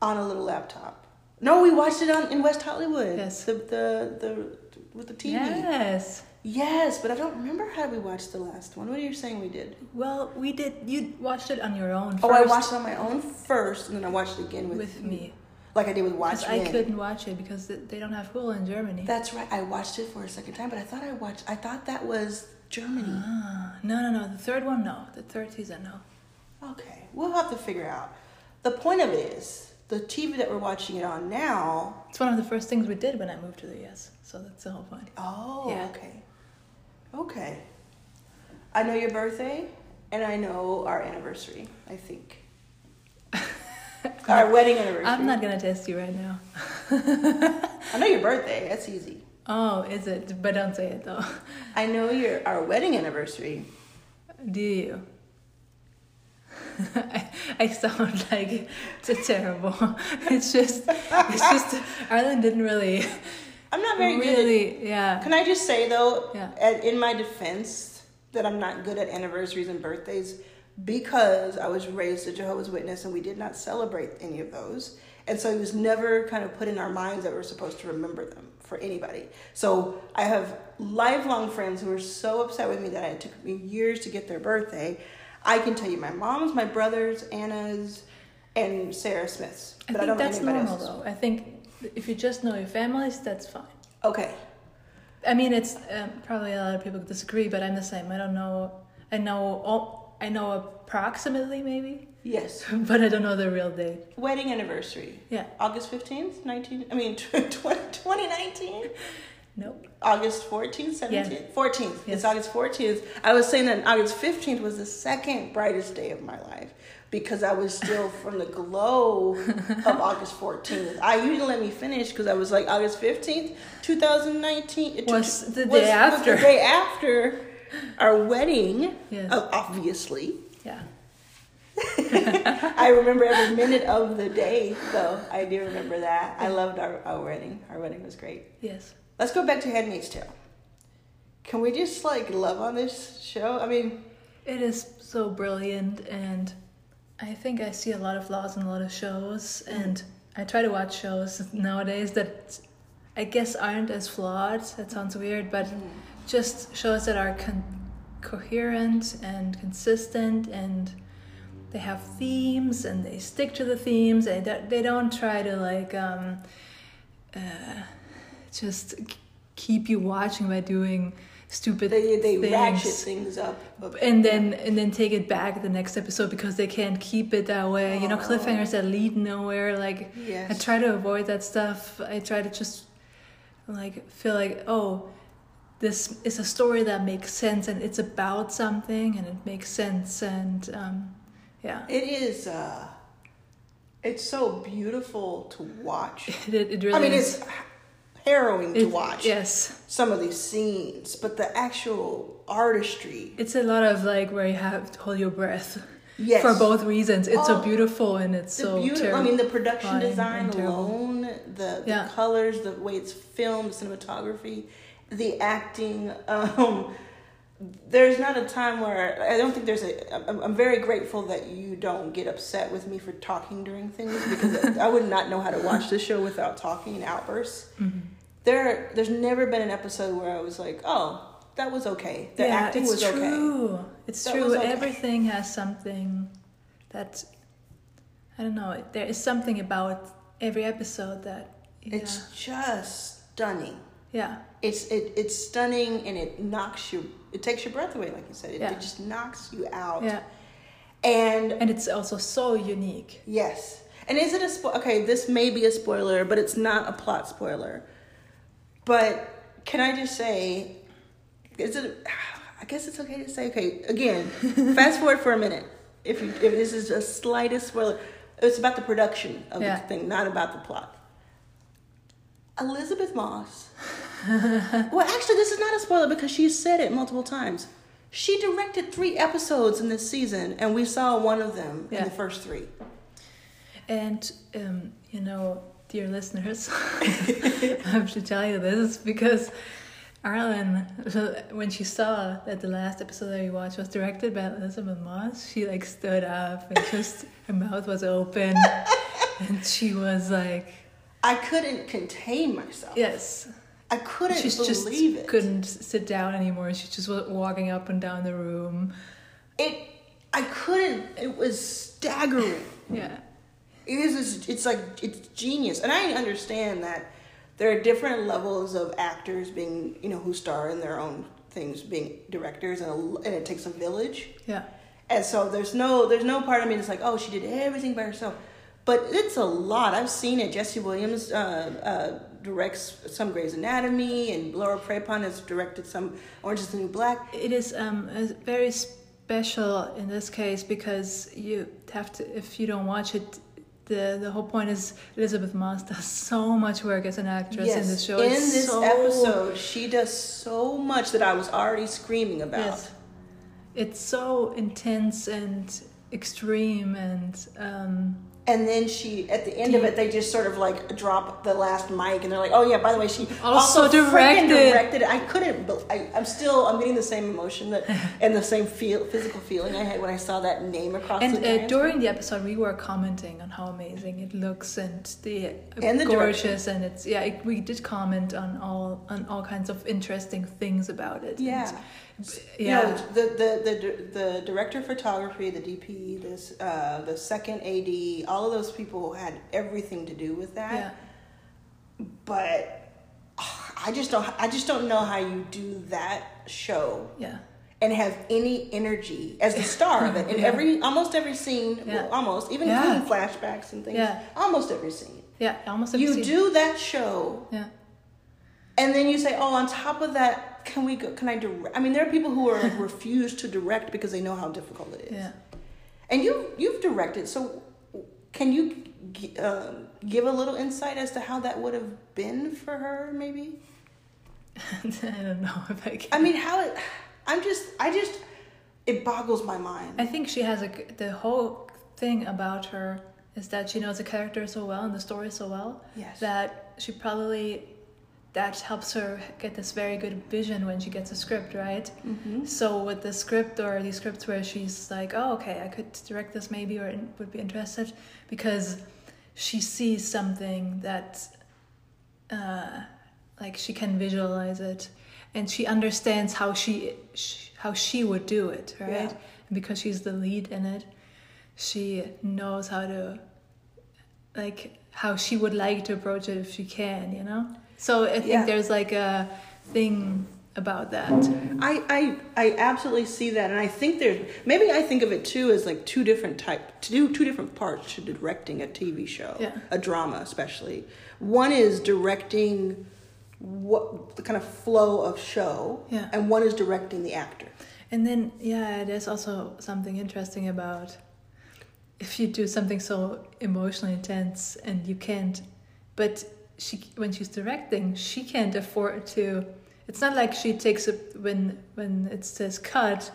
[SPEAKER 1] on a little laptop. No, we watched it on in West Hollywood.
[SPEAKER 2] Yes.
[SPEAKER 1] The the the with the TV.
[SPEAKER 2] Yes.
[SPEAKER 1] Yes, but I don't remember how we watched the last one. What are you saying we did?
[SPEAKER 2] Well, we did. You watched it on your own. First
[SPEAKER 1] Oh, I watched it on my own first, and then I watched it again with,
[SPEAKER 2] with, me
[SPEAKER 1] like I did with
[SPEAKER 2] because I
[SPEAKER 1] Watchmen.
[SPEAKER 2] couldn't watch it because th- they don't have Hulu in Germany.
[SPEAKER 1] That's right. I watched it for a second time, but I thought I watched. I thought that was Germany.
[SPEAKER 2] Ah, no, no, no. The third one, no. The third season, no.
[SPEAKER 1] Okay, we'll have to figure out. The point of it is the TV that we're watching it on now
[SPEAKER 2] It's one of the first things we did when I moved to the US, so that's the whole point.
[SPEAKER 1] Oh,
[SPEAKER 2] Yeah.
[SPEAKER 1] okay. Okay. I know your birthday and I know our anniversary, I think. (laughs) our wedding anniversary.
[SPEAKER 2] I'm not gonna test you right now.
[SPEAKER 1] I know your birthday, that's easy.
[SPEAKER 2] Oh, is it? But don't say it though. (laughs)
[SPEAKER 1] I know your our wedding anniversary.
[SPEAKER 2] Do you? (laughs) I, I sound like it's terrible. (laughs) It's just, it's just Ireland didn't really,
[SPEAKER 1] I'm not very good.
[SPEAKER 2] really,
[SPEAKER 1] At,
[SPEAKER 2] yeah,
[SPEAKER 1] can I just say though,
[SPEAKER 2] Yeah.
[SPEAKER 1] at, in my defense, that I'm not good at anniversaries and birthdays because I was raised a Jehovah's Witness and we did not celebrate any of those. And so it was never kind of put in our minds that we're supposed to remember them for anybody. So I have lifelong friends who are so upset with me that it took me years to get their birthday. I can tell you my mom's, my brother's, Anna's, and Sarah Smith's.
[SPEAKER 2] I
[SPEAKER 1] But I,
[SPEAKER 2] think
[SPEAKER 1] don't
[SPEAKER 2] that's
[SPEAKER 1] know anybody
[SPEAKER 2] normal
[SPEAKER 1] else's.
[SPEAKER 2] though. I think if you just know your families, that's fine.
[SPEAKER 1] Okay.
[SPEAKER 2] I mean, it's um, probably a lot of people disagree, but I'm the same. I don't know. I know. All, I know approximately maybe, (laughs)
[SPEAKER 1] Yes.
[SPEAKER 2] but I don't know the real date.
[SPEAKER 1] Wedding anniversary.
[SPEAKER 2] Yeah.
[SPEAKER 1] August 15th, 19, I mean, (laughs) 20, 2019?
[SPEAKER 2] Nope.
[SPEAKER 1] August 14th, 17th?
[SPEAKER 2] Yes.
[SPEAKER 1] 14th. It's
[SPEAKER 2] Yes.
[SPEAKER 1] August 14th. I was saying that August 15th was the second brightest day of my life because I was
[SPEAKER 2] (laughs)
[SPEAKER 1] still from the glow of August 14th. I, you didn't let me finish because I was like, August 15th, 2019. it
[SPEAKER 2] Was
[SPEAKER 1] took-
[SPEAKER 2] the
[SPEAKER 1] was-
[SPEAKER 2] day
[SPEAKER 1] was
[SPEAKER 2] after.
[SPEAKER 1] the day after our wedding,
[SPEAKER 2] Yes.
[SPEAKER 1] uh, obviously.
[SPEAKER 2] Yeah.
[SPEAKER 1] I remember every minute of the day, though. I do remember that. I loved our, our wedding. Our wedding was great.
[SPEAKER 2] Yes.
[SPEAKER 1] Let's go back to Handmaid's Tale. Can we just like love on this show? I mean,
[SPEAKER 2] It is so brilliant, and I think I see a lot of flaws in a lot of shows,
[SPEAKER 1] Mm-hmm.
[SPEAKER 2] and I try to watch shows nowadays that I guess aren't as flawed. That sounds weird, but
[SPEAKER 1] Mm-hmm.
[SPEAKER 2] just shows that are con- coherent and consistent, and they have themes and they stick to the themes, and that- they don't try to like um, uh, just k- keep you watching by doing stupid
[SPEAKER 1] they they
[SPEAKER 2] things
[SPEAKER 1] ratchet things up. but-
[SPEAKER 2] and then and then take it back the next episode because they can't keep it that way. You know,
[SPEAKER 1] Oh.
[SPEAKER 2] cliffhangers that lead nowhere. Like I
[SPEAKER 1] yes,
[SPEAKER 2] try to avoid that stuff. I try to just like feel like oh, this is a story that makes sense and it's about something and it makes sense and um, yeah,
[SPEAKER 1] it is. uh It's so beautiful to watch.
[SPEAKER 2] it it really.
[SPEAKER 1] I mean,
[SPEAKER 2] is.
[SPEAKER 1] it's harrowing to
[SPEAKER 2] It-
[SPEAKER 1] watch
[SPEAKER 2] Yes,
[SPEAKER 1] some of these scenes, but the actual artistry.
[SPEAKER 2] it's a lot of like where you have to hold your breath
[SPEAKER 1] Yes,
[SPEAKER 2] for both reasons. It's
[SPEAKER 1] Oh,
[SPEAKER 2] so beautiful and it's
[SPEAKER 1] the
[SPEAKER 2] so
[SPEAKER 1] beautiful. I
[SPEAKER 2] terrible.
[SPEAKER 1] mean, the production
[SPEAKER 2] terrifying
[SPEAKER 1] design
[SPEAKER 2] and terrible.
[SPEAKER 1] alone, the, the
[SPEAKER 2] Yeah.
[SPEAKER 1] colors, the way it's filmed, the cinematography, the acting. (laughs) Um, there's not a time where I don't think there's a. I'm, I'm very grateful that you don't get upset with me for talking during things because
[SPEAKER 2] (laughs)
[SPEAKER 1] I would not know how to watch this show
[SPEAKER 2] Mm-hmm.
[SPEAKER 1] without talking and outbursts. There, there's never been an episode where I was like, "Oh, that was okay. The acting
[SPEAKER 2] it's
[SPEAKER 1] was okay.
[SPEAKER 2] true. It's
[SPEAKER 1] That
[SPEAKER 2] true.
[SPEAKER 1] was okay.
[SPEAKER 2] Everything has something that I don't know. There is something about every episode that yeah,
[SPEAKER 1] It's just stunning.
[SPEAKER 2] yeah,
[SPEAKER 1] It's it, it's stunning and it knocks you. It takes your breath away, like you said. It,
[SPEAKER 2] Yeah.
[SPEAKER 1] it just knocks you out.
[SPEAKER 2] yeah,
[SPEAKER 1] And
[SPEAKER 2] and it's also so unique.
[SPEAKER 1] yes, and is it a spo- okay? This may be a spoiler, but it's not a plot spoiler. But can I just say, is it? I guess it's okay to say. Okay,
[SPEAKER 2] (laughs)
[SPEAKER 1] again, fast forward for a minute. If you, if this is the slightest spoiler, it's about the production of
[SPEAKER 2] Yeah.
[SPEAKER 1] the thing, not about the plot. Elizabeth
[SPEAKER 2] (laughs)
[SPEAKER 1] Moss. well, actually, this is not a spoiler because she said it multiple times. She directed three episodes in this season, and we saw one of them in
[SPEAKER 2] Yeah.
[SPEAKER 1] the first three.
[SPEAKER 2] And um, you know, dear listeners, (laughs) I have to tell you this because Arlen, when she saw that the last episode that we watched was directed by Elizabeth Moss, she like stood up and just her mouth
[SPEAKER 1] (laughs)
[SPEAKER 2] was open, and she was like,
[SPEAKER 1] I couldn't contain myself.
[SPEAKER 2] "Yes."
[SPEAKER 1] I couldn't
[SPEAKER 2] She just
[SPEAKER 1] believe it.
[SPEAKER 2] couldn't sit down anymore. She just was walking up and down the room.
[SPEAKER 1] It. I couldn't. It was staggering.
[SPEAKER 2] Yeah,
[SPEAKER 1] It is. It's like it's genius, and I understand that there are different levels of actors being, you know, who star in their own things, being directors, and, a, and it takes a village.
[SPEAKER 2] yeah,
[SPEAKER 1] And so there's no there's no part of me that's like, oh, she did everything by herself. But it's a lot. I've seen it. Jesse Williams uh, uh, directs some Grey's Anatomy, and Laura Prepon has directed some Orange Is the New Black.
[SPEAKER 2] it is um a very special in this case because you have to if you don't watch it. The, the whole point is Elizabeth Moss does (laughs) so much work as an actress in this show.
[SPEAKER 1] in
[SPEAKER 2] It's
[SPEAKER 1] this
[SPEAKER 2] so-
[SPEAKER 1] episode, she does so much that I was already screaming about.
[SPEAKER 2] Yes. It's so intense and extreme and um,
[SPEAKER 1] And then she, at the end of
[SPEAKER 2] Deep.
[SPEAKER 1] it, they just sort of like drop the last mic, and they're like, "Oh yeah, by the way, she
[SPEAKER 2] Also
[SPEAKER 1] freaking
[SPEAKER 2] directed.
[SPEAKER 1] directed." it. I couldn't. bel- I, I'm still. I'm getting the same emotion
[SPEAKER 2] (laughs)
[SPEAKER 1] that and the same feel, physical feeling I had when I saw that name across
[SPEAKER 2] And
[SPEAKER 1] the.
[SPEAKER 2] uh, during the episode, we were commenting on how amazing it looks and the, uh,
[SPEAKER 1] And the
[SPEAKER 2] gorgeous, and it's yeah. It, we did comment on all on all kinds of interesting things about it. and-
[SPEAKER 1] Yeah.
[SPEAKER 2] yeah,
[SPEAKER 1] You know, the, the the the director of photography, the DP, this uh, the second AD, all of those people had everything to do with that.
[SPEAKER 2] yeah.
[SPEAKER 1] But ah, I just don't. I just don't know how you do that show
[SPEAKER 2] yeah.
[SPEAKER 1] and have any energy as the star of it in
[SPEAKER 2] Yeah.
[SPEAKER 1] every almost every scene
[SPEAKER 2] Yeah.
[SPEAKER 1] well, almost even
[SPEAKER 2] Yeah.
[SPEAKER 1] including flashbacks and things
[SPEAKER 2] Yeah.
[SPEAKER 1] almost every scene
[SPEAKER 2] Yeah, I almost have
[SPEAKER 1] you
[SPEAKER 2] seen-
[SPEAKER 1] do that show
[SPEAKER 2] Yeah,
[SPEAKER 1] and then you say oh on top of that can we go can i direct i mean there are people who are like, (laughs) refuse to direct because they know how difficult it is
[SPEAKER 2] yeah.
[SPEAKER 1] and you you've directed so can you g- um, give a little insight as to how that would have been for her maybe
[SPEAKER 2] (laughs) I don't know if I can.
[SPEAKER 1] i mean how it i'm just i just it boggles my mind
[SPEAKER 2] I think she has a g- the whole thing about her is that she knows the character so well and the story so well
[SPEAKER 1] yes
[SPEAKER 2] that she probably that helps her get this very good vision when she gets a script, right?
[SPEAKER 1] hmm
[SPEAKER 2] So with the script or the scripts where she's like, "Oh, okay, I could direct this maybe, or in- would be interested," because she sees something that, uh, like she can visualize it, and she understands how she, sh how she would do it, right?
[SPEAKER 1] Yeah.
[SPEAKER 2] And because she's the lead in it, she knows how to, like, how she would like to approach it if she can, you know. So I think
[SPEAKER 1] Yeah.
[SPEAKER 2] there's like a thing about that.
[SPEAKER 1] I, I I absolutely see that, and I think there's maybe I think of it too as like two different type, two two different parts to directing a TV show,
[SPEAKER 2] Yeah.
[SPEAKER 1] a drama especially. One is directing what the kind of flow of show,
[SPEAKER 2] Yeah.
[SPEAKER 1] and one is directing the actor.
[SPEAKER 2] And then, yeah, there's also something interesting about if you do something so emotionally intense and you can't, but she when she's directing, she can't afford to. It's not like she takes a when when it says cut,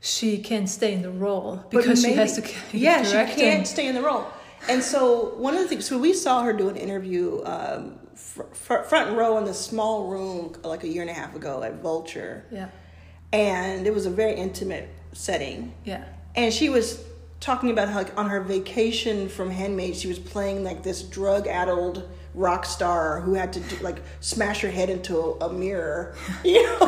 [SPEAKER 2] she can stay in the role
[SPEAKER 1] But
[SPEAKER 2] because she has to.
[SPEAKER 1] maybe-
[SPEAKER 2] (laughs) keep
[SPEAKER 1] (laughs) yeah she
[SPEAKER 2] directing.
[SPEAKER 1] can't stay in the role and so one of the things so we saw her do an interview um, fr- fr- front row in the small room like a year and a half ago at vulture
[SPEAKER 2] Yeah,
[SPEAKER 1] and it was a very intimate setting
[SPEAKER 2] yeah,
[SPEAKER 1] and she was talking about how like on her vacation from handmaid she was playing like this drug addled rock star who had to do, like smash her head into a, a mirror (laughs) you know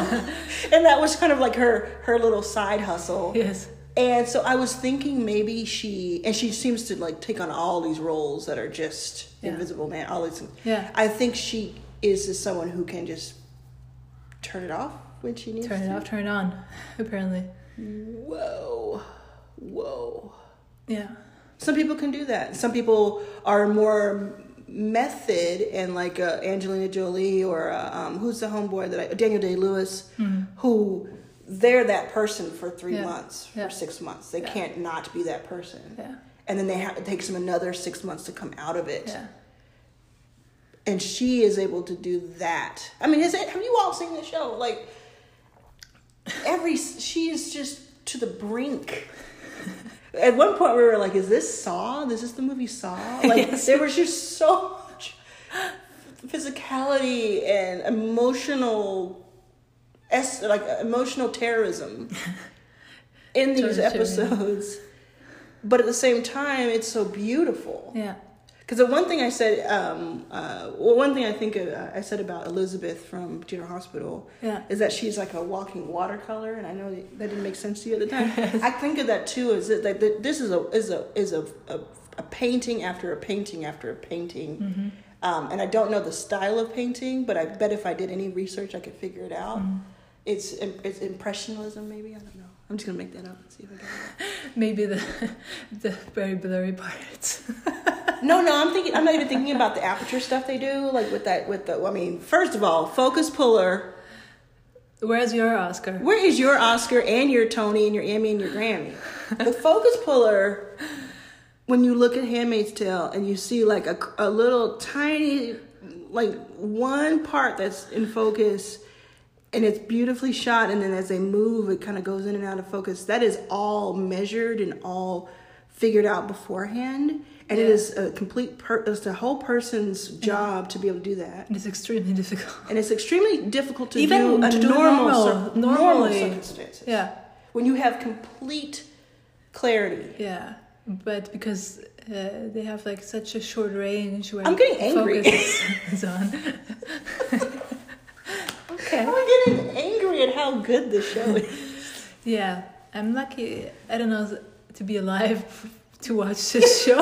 [SPEAKER 1] and that was kind of like her her little side hustle.
[SPEAKER 2] Yes.
[SPEAKER 1] And so I was thinking maybe she and she seems to like take on all these roles that are just
[SPEAKER 2] Yeah.
[SPEAKER 1] invisible man. All these.
[SPEAKER 2] Yeah.
[SPEAKER 1] I think she is just someone who can just turn it off when she needs
[SPEAKER 2] Turn
[SPEAKER 1] to.
[SPEAKER 2] it off, turn it on, (laughs) apparently.
[SPEAKER 1] Whoa, whoa.
[SPEAKER 2] Yeah.
[SPEAKER 1] Some people can do that. Some people are more method and like uh, Angelina Jolie or uh, um, who's the homeboy that I Daniel Day Lewis, who they're that person for three
[SPEAKER 2] Mm-hmm. Yeah.
[SPEAKER 1] months, for
[SPEAKER 2] Yeah.
[SPEAKER 1] six months. They
[SPEAKER 2] Yeah.
[SPEAKER 1] can't not be that person.
[SPEAKER 2] Yeah.
[SPEAKER 1] And then they ha- it takes them another six months to come out of it.
[SPEAKER 2] Yeah.
[SPEAKER 1] And she is able to do that. I mean, is it, have you all seen the show? Like every she is just to the brink. At one point, we were like, "Is this Saw? This is the movie Saw." Like
[SPEAKER 2] Yes.
[SPEAKER 1] there was just so much physicality and emotional, es- like emotional terrorism in these
[SPEAKER 2] Torture, yeah.
[SPEAKER 1] episodes. But at the same time, it's so beautiful.
[SPEAKER 2] Yeah.
[SPEAKER 1] Because the one thing I said, um, uh, well, one thing I think uh, I said about Elizabeth from General Hospital
[SPEAKER 2] Yeah.
[SPEAKER 1] is that she's like a walking watercolor, and I know that didn't make sense to you at the time. I think of that too. Is that like th- this is a is a is a, a a painting after a painting after a painting, um, and I don't know the style of painting, but I bet if I did any research, I could figure it out. It's im- it's impressionism, maybe I don't know. I'm just gonna make that up and see if I get it.
[SPEAKER 2] Maybe the (laughs) the very blurry parts. (laughs)
[SPEAKER 1] No, no, I'm thinking. I'm not even thinking about the aperture stuff they do, like with that. With the, I mean, first of all, focus puller.
[SPEAKER 2] Where's your Oscar?
[SPEAKER 1] Where is your Oscar and your Tony and your Emmy and your Grammy?
[SPEAKER 2] (laughs)
[SPEAKER 1] The focus puller. When you look at Handmaid's Tale and you see like a, a little tiny, like one part that's in focus, and it's beautifully shot, and then as they move, it kind of goes in and out of focus. That is all measured and all figured out beforehand, and it
[SPEAKER 2] Yeah.
[SPEAKER 1] is a complete, per- it's a whole person's job to be able to do that.
[SPEAKER 2] And It's extremely (laughs) difficult.
[SPEAKER 1] And it's extremely difficult to
[SPEAKER 2] Even
[SPEAKER 1] do a
[SPEAKER 2] to do
[SPEAKER 1] normal,
[SPEAKER 2] normal-
[SPEAKER 1] cir- normal
[SPEAKER 2] normally.
[SPEAKER 1] circumstances.
[SPEAKER 2] Yeah.
[SPEAKER 1] When you have complete clarity.
[SPEAKER 2] Yeah. But because uh, they have like such a short range where
[SPEAKER 1] I'm getting angry.
[SPEAKER 2] focus is (laughs) on. okay.
[SPEAKER 1] I'm getting angry at how good this show is.
[SPEAKER 2] Yeah, I'm lucky. I don't know to be alive (laughs) to watch this show.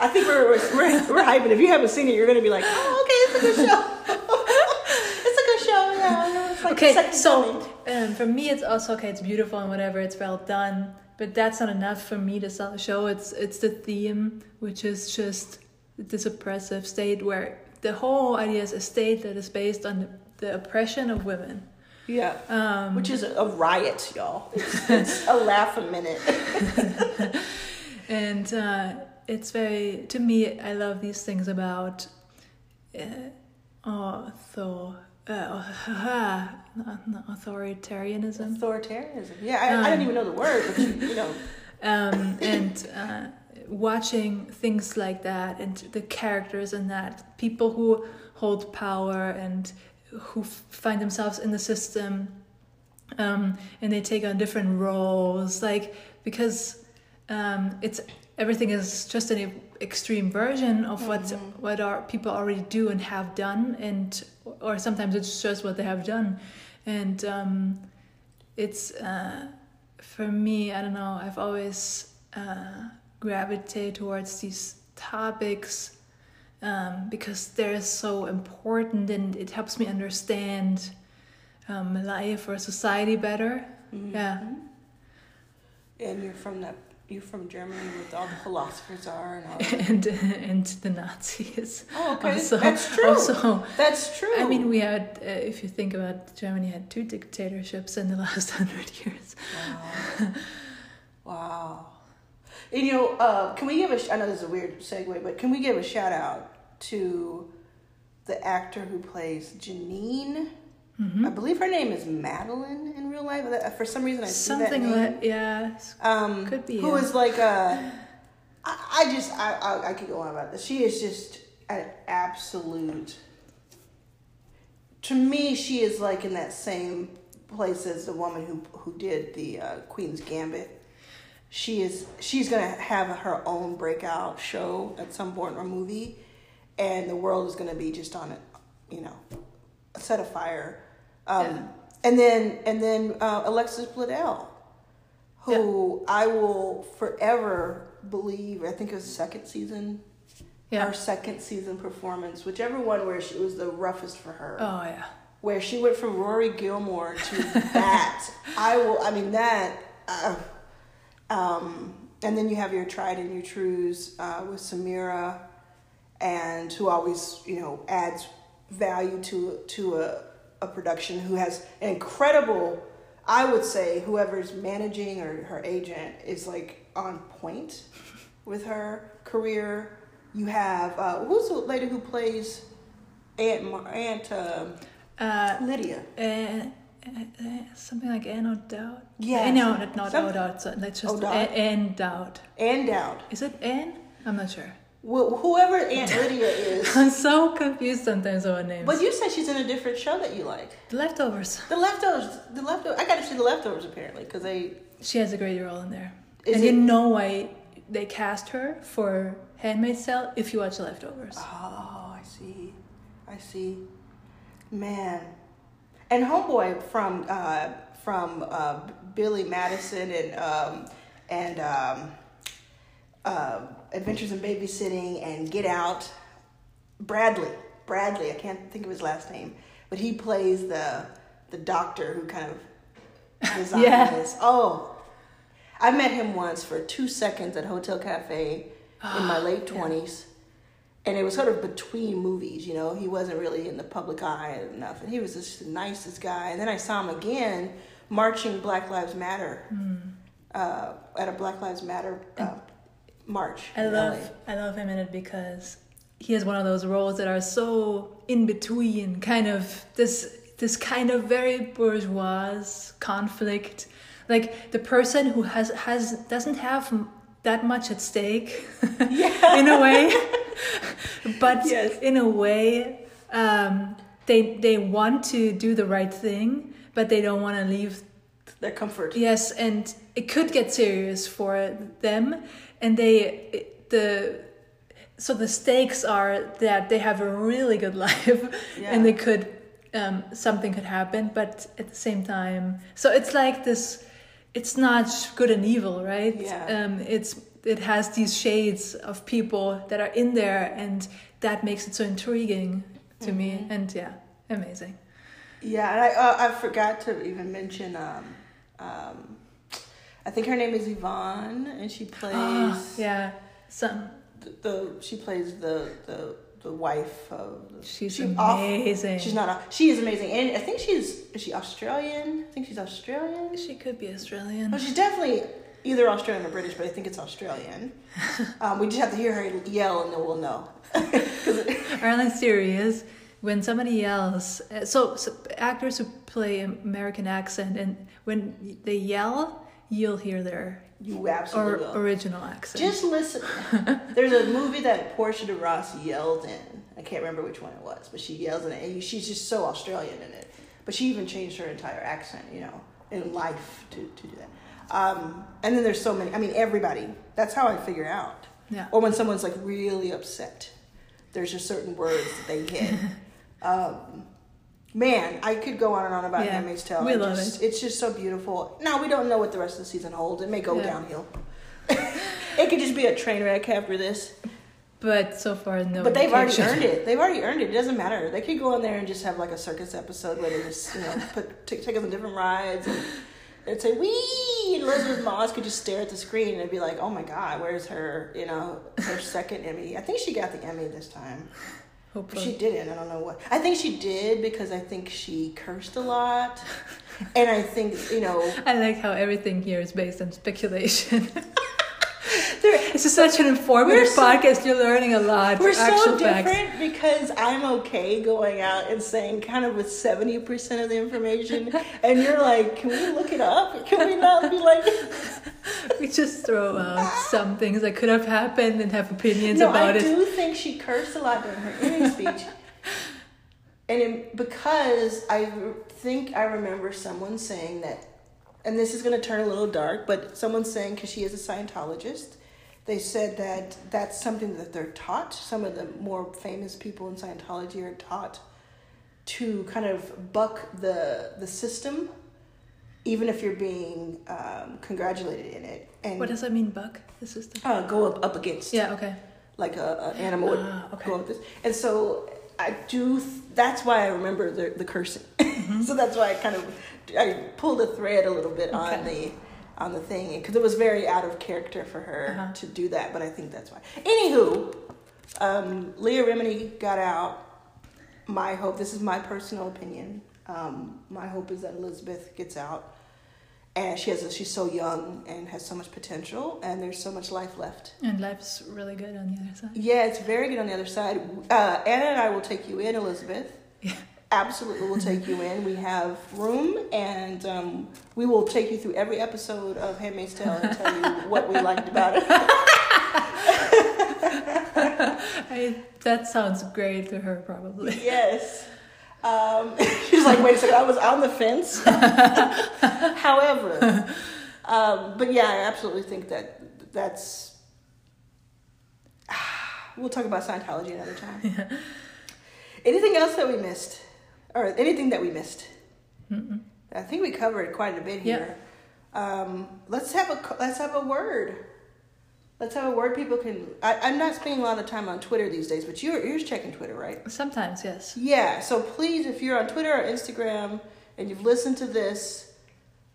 [SPEAKER 1] I think we're, we're, we're, we're hyping. If you haven't seen it, you're going to be like, oh, okay, it's a good show. (laughs) it's a good show. Yeah, I know. It's like the
[SPEAKER 2] okay,
[SPEAKER 1] second
[SPEAKER 2] so
[SPEAKER 1] coming.
[SPEAKER 2] um, for me, it's also okay. It's beautiful and whatever. It's well done, but that's not enough for me to sell the show. It's it's the theme, which is just this oppressive state where the whole idea is a state that is based on the, the oppression of women.
[SPEAKER 1] Yeah.
[SPEAKER 2] Um,
[SPEAKER 1] Which is a riot, y'all. It's, it's a laugh a
[SPEAKER 2] (laughs)
[SPEAKER 1] minute.
[SPEAKER 2] and uh, it's very to me i love these things about uh, author, uh, (laughs) authoritarianism
[SPEAKER 1] Authoritarianism. Yeah, I, I didn't even know the word, but you,
[SPEAKER 2] (laughs)
[SPEAKER 1] you know.
[SPEAKER 2] um, and uh, watching things like that and the characters and that people who hold power and who f- find themselves in the system um, and they take on different roles like because um, it's everything is just an e- extreme version of what what our people already do and have done and or sometimes it's just what they have done and um, it's uh, for me i don't know i've always uh, gravitated towards these topics um, because they're so important and it helps me understand um, life or society better
[SPEAKER 1] Mm-hmm.
[SPEAKER 2] yeah (laughs)
[SPEAKER 1] And you're from that. You're from Germany, with all the philosophers are and
[SPEAKER 2] (laughs)
[SPEAKER 1] all. That.
[SPEAKER 2] and and the nazis
[SPEAKER 1] Oh, okay,
[SPEAKER 2] also,
[SPEAKER 1] that's true.
[SPEAKER 2] also
[SPEAKER 1] That's true.
[SPEAKER 2] I mean, we had, uh, if you think about Germany, had two dictatorships in the last (laughs) hundred years.
[SPEAKER 1] Wow. And, you know, uh, can we give a? Sh- I know this is a weird segue, but can we give a shout out to the actor who plays Janine? I believe her name is Madeline in real life. That- For some reason, I see that
[SPEAKER 2] Something
[SPEAKER 1] name.
[SPEAKER 2] like, yeah, s-
[SPEAKER 1] um,
[SPEAKER 2] could be,
[SPEAKER 1] who
[SPEAKER 2] yeah.
[SPEAKER 1] is like a. I, I just I, I I could go on about this. She is just an absolute. To me, she is like in that same place as the woman who who did the uh, Queen's Gambit. She is she's gonna have her own breakout show at some point or movie, and the world is gonna be just on it, you know, a set of fire. Um,
[SPEAKER 2] Yeah.
[SPEAKER 1] and then and then uh, Alexis Bledel, who I will forever believe. I think it was the second season,
[SPEAKER 2] Yeah.
[SPEAKER 1] her second season performance, whichever one where she it was the roughest for her,
[SPEAKER 2] Oh yeah.
[SPEAKER 1] where she went from Rory Gilmore to that. I will. I mean that. Uh, um, and then you have your tried and your trues uh, with Samira, and who always you know adds value to to a, a production. Who has an incredible, I would say, whoever's managing or her agent is like on point with her career. You have uh, who's the lady who plays Aunt Mar- Aunt um
[SPEAKER 2] Uh,
[SPEAKER 1] Lydia?
[SPEAKER 2] eh, eh, eh, something like and or doubt.
[SPEAKER 1] Yeah,
[SPEAKER 2] Eh, no,
[SPEAKER 1] some-
[SPEAKER 2] not not
[SPEAKER 1] some-
[SPEAKER 2] or doubt. So let's just
[SPEAKER 1] O'Dowd.
[SPEAKER 2] eh, and doubt.
[SPEAKER 1] Ann Dowd.
[SPEAKER 2] Is it Anne? I'm not sure. (laughs)
[SPEAKER 1] Wh- whoever Aunt Lydia is.
[SPEAKER 2] I'm so confused sometimes over names.
[SPEAKER 1] But you said she's in a different show that you like.
[SPEAKER 2] the leftovers.
[SPEAKER 1] The leftovers. The leftovers. I got to see the leftovers apparently because they.
[SPEAKER 2] She has a great role in there.
[SPEAKER 1] Is
[SPEAKER 2] and you
[SPEAKER 1] it-
[SPEAKER 2] know why they cast her for Handmaid's Tale if you watch The Leftovers.
[SPEAKER 1] Oh, I see. I see. Man, and homeboy from uh, from uh, Billy Madison and um, and um, uh, Adventures in Babysitting and Get Out. Bradley. Bradley. I can't think of his last name, but he plays the the doctor who kind of designed
[SPEAKER 2] Yeah.
[SPEAKER 1] this. Oh, I met him once for two seconds at Hotel Cafe in my late twenties. And it was sort of between movies, you know. He wasn't really in the public eye enough, and he was just the nicest guy. And then I saw him again marching Black Lives Matter
[SPEAKER 2] Hmm.
[SPEAKER 1] uh, at a Black Lives Matter uh, march.
[SPEAKER 2] I
[SPEAKER 1] in LA.
[SPEAKER 2] love I love him in it because he has one of those roles that are so in between, kind of this this kind of very bourgeois conflict, like the person who has has doesn't have m- that much at stake, (laughs) in a way, but
[SPEAKER 1] Yes.
[SPEAKER 2] in a way um, they they want to do the right thing, but they don't want to leave
[SPEAKER 1] their comfort.
[SPEAKER 2] Yes, and it could get serious for them, and they the so the stakes are that they have a really good (laughs) life,
[SPEAKER 1] Yeah.
[SPEAKER 2] and they could um, something could happen, but at the same time, so it's like this. It's not good and evil, right?
[SPEAKER 1] Yeah.
[SPEAKER 2] Um, it's it has these shades of people that are in there, and that makes it so intriguing to me.
[SPEAKER 1] Mm-hmm.
[SPEAKER 2] And yeah, amazing.
[SPEAKER 1] Yeah, and I uh, I forgot to even mention. Um, um, I think her name is Yvonne, and she plays
[SPEAKER 2] Ah, (gasps) yeah. Some
[SPEAKER 1] the, the she plays the the the wife of. The,
[SPEAKER 2] she's
[SPEAKER 1] she off-
[SPEAKER 2] amazing.
[SPEAKER 1] she's not. off- She is amazing, and I think she's is she Australian? I think she's Australian.
[SPEAKER 2] She could be Australian.
[SPEAKER 1] No, she's definitely either Australian or British, but I think it's
[SPEAKER 2] (laughs)
[SPEAKER 1] Australian. um, we just have to hear her yell, and then we'll know.
[SPEAKER 2] Ireland's theory is when somebody yells, uh, so, so actors who play American accent, and when they yell, you'll hear their
[SPEAKER 1] You
[SPEAKER 2] or,
[SPEAKER 1] absolutely will.
[SPEAKER 2] original accent.
[SPEAKER 1] Just
[SPEAKER 2] (laughs)
[SPEAKER 1] listen. There's a movie that Portia de Ross yelled in. I can't remember which one it was, but she yells in it, and she's just so Australian in it. But she even changed her entire accent, you know, in life to, to do that. Um, and then there's so many. I mean, everybody. That's how I figure out.
[SPEAKER 2] Yeah.
[SPEAKER 1] Or when someone's like really upset, there's just certain words that they hit.
[SPEAKER 2] (laughs)
[SPEAKER 1] um, man, I could go on and on about
[SPEAKER 2] Yeah.
[SPEAKER 1] Handmaid's Tale.
[SPEAKER 2] We
[SPEAKER 1] I
[SPEAKER 2] love
[SPEAKER 1] just- It's just so beautiful. Now we don't know what the rest of the season holds. It may go
[SPEAKER 2] Yeah.
[SPEAKER 1] downhill. (laughs) It could just be a train wreck after this.
[SPEAKER 2] but so far, no.
[SPEAKER 1] but they've already
[SPEAKER 2] indication.
[SPEAKER 1] earned it. They've already earned it. It doesn't matter. They could go in there and just have like a circus episode where they just, you know, put, t- take us on different rides and they'd say, wee! And Elizabeth Moss could just stare at the screen and be like, oh my God, where's her, you know, her second Emmy? I think she got the Emmy this time. If
[SPEAKER 2] Hopefully.
[SPEAKER 1] she didn't, I don't know what. I think she did because I think she cursed a lot. And I think, you know,
[SPEAKER 2] I like how everything here is based
[SPEAKER 1] (laughs)
[SPEAKER 2] on speculation.
[SPEAKER 1] there,
[SPEAKER 2] this is such an informative
[SPEAKER 1] so-
[SPEAKER 2] podcast. You're learning a lot.
[SPEAKER 1] We're so
[SPEAKER 2] actual
[SPEAKER 1] different
[SPEAKER 2] facts.
[SPEAKER 1] because I'm okay going out and saying kind of with 70% of the information, and you're like, can we look it up? Can we not be like,
[SPEAKER 2] We just throw out some things that could have happened and have opinions
[SPEAKER 1] no,
[SPEAKER 2] about
[SPEAKER 1] I
[SPEAKER 2] it.
[SPEAKER 1] do think she cursed a lot during her Emmy
[SPEAKER 2] (laughs)
[SPEAKER 1] speech. And it, because I re- think I remember someone saying that, and this is going to turn a little dark, but someone saying, because she is a Scientologist, they said that that's something that they're taught. Some of the more famous people in Scientology are taught to kind of buck the the system, even if you're being um, congratulated in it. And
[SPEAKER 2] What does that mean, buck? The system?
[SPEAKER 1] uh, go up, up against
[SPEAKER 2] Yeah, okay.
[SPEAKER 1] like a, an animal would
[SPEAKER 2] Ah, okay.
[SPEAKER 1] go up this. And so I do. Th- that's why I remember the the cursing. (laughs)
[SPEAKER 2] Mm-hmm.
[SPEAKER 1] so that's why I kind of I pulled a thread a little bit on the
[SPEAKER 2] Okay.
[SPEAKER 1] on the thing because it was very out of character for her
[SPEAKER 2] Uh-huh.
[SPEAKER 1] to do that. But I think that's why. Anywho, um, Leah Remini got out. My hope. This is my personal opinion. Um, my hope is that Elizabeth gets out. And she has a, she's so young and has so much potential, and there's so much life left.
[SPEAKER 2] And life's really good on the other side. (laughs)
[SPEAKER 1] Yeah, it's very good on the other side. Uh, Anna and I will take you in, Elizabeth.
[SPEAKER 2] Yeah.
[SPEAKER 1] Absolutely, we'll take you in. We have room, and um, we will take you through every episode of Handmaid's Tale and tell you what we liked about it.
[SPEAKER 2] I, that sounds great to her, probably.
[SPEAKER 1] Yes. Um, (laughs) she's like, wait a second, I was on the fence. (laughs) However, um, but yeah, I absolutely think that that's. (sighs) We'll talk about Scientology another time. Anything else that we missed, or anything that we missed?
[SPEAKER 2] Mm-mm.
[SPEAKER 1] I think we covered quite a bit
[SPEAKER 2] Yeah.
[SPEAKER 1] here. Um, let's have a let's have a word. Let's have a word. People can. I, I'm not spending a lot of time on Twitter these days, but you're you're checking Twitter, right?
[SPEAKER 2] Sometimes, yes.
[SPEAKER 1] Yeah. So please, if you're on Twitter or Instagram and you've listened to this,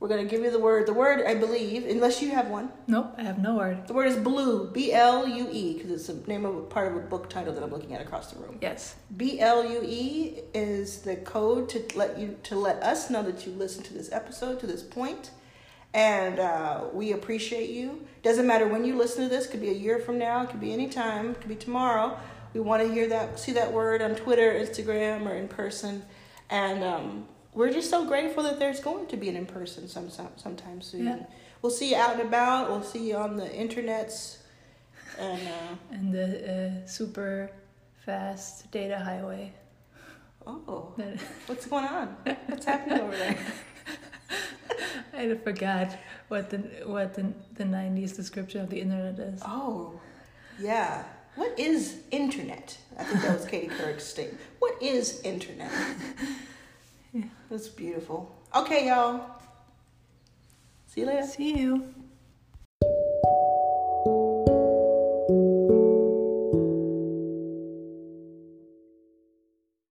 [SPEAKER 1] we're gonna give you the word. The word, I believe, unless you have one.
[SPEAKER 2] Nope, I have no word.
[SPEAKER 1] The word is blue. B L U E, because it's the name of a part of a book title that I'm looking at across the room.
[SPEAKER 2] Yes.
[SPEAKER 1] BLUE E is the code to let you to let us know that you listened to this episode to this point, and uh, we appreciate you. Doesn't matter when you listen to this; could be a year from now, it could be any time, it could be tomorrow. We want to hear that, see that word on Twitter, Instagram, or in person, and um, we're just so grateful that there's going to be an in person some, some, sometime soon.
[SPEAKER 2] Yeah.
[SPEAKER 1] We'll see you out and about. We'll see you on the internets, and. Uh,
[SPEAKER 2] And the uh, super fast data highway. (laughs)
[SPEAKER 1] Oh,
[SPEAKER 2] That-
[SPEAKER 1] what's going on? What's happening over there?
[SPEAKER 2] I forgot what the what the, the 90s description of the internet is.
[SPEAKER 1] Oh, yeah. What is internet? I think that was Katie Couric's statement. What is internet?
[SPEAKER 2] Yeah.
[SPEAKER 1] That's beautiful. Okay, y'all. See you later.
[SPEAKER 2] See you.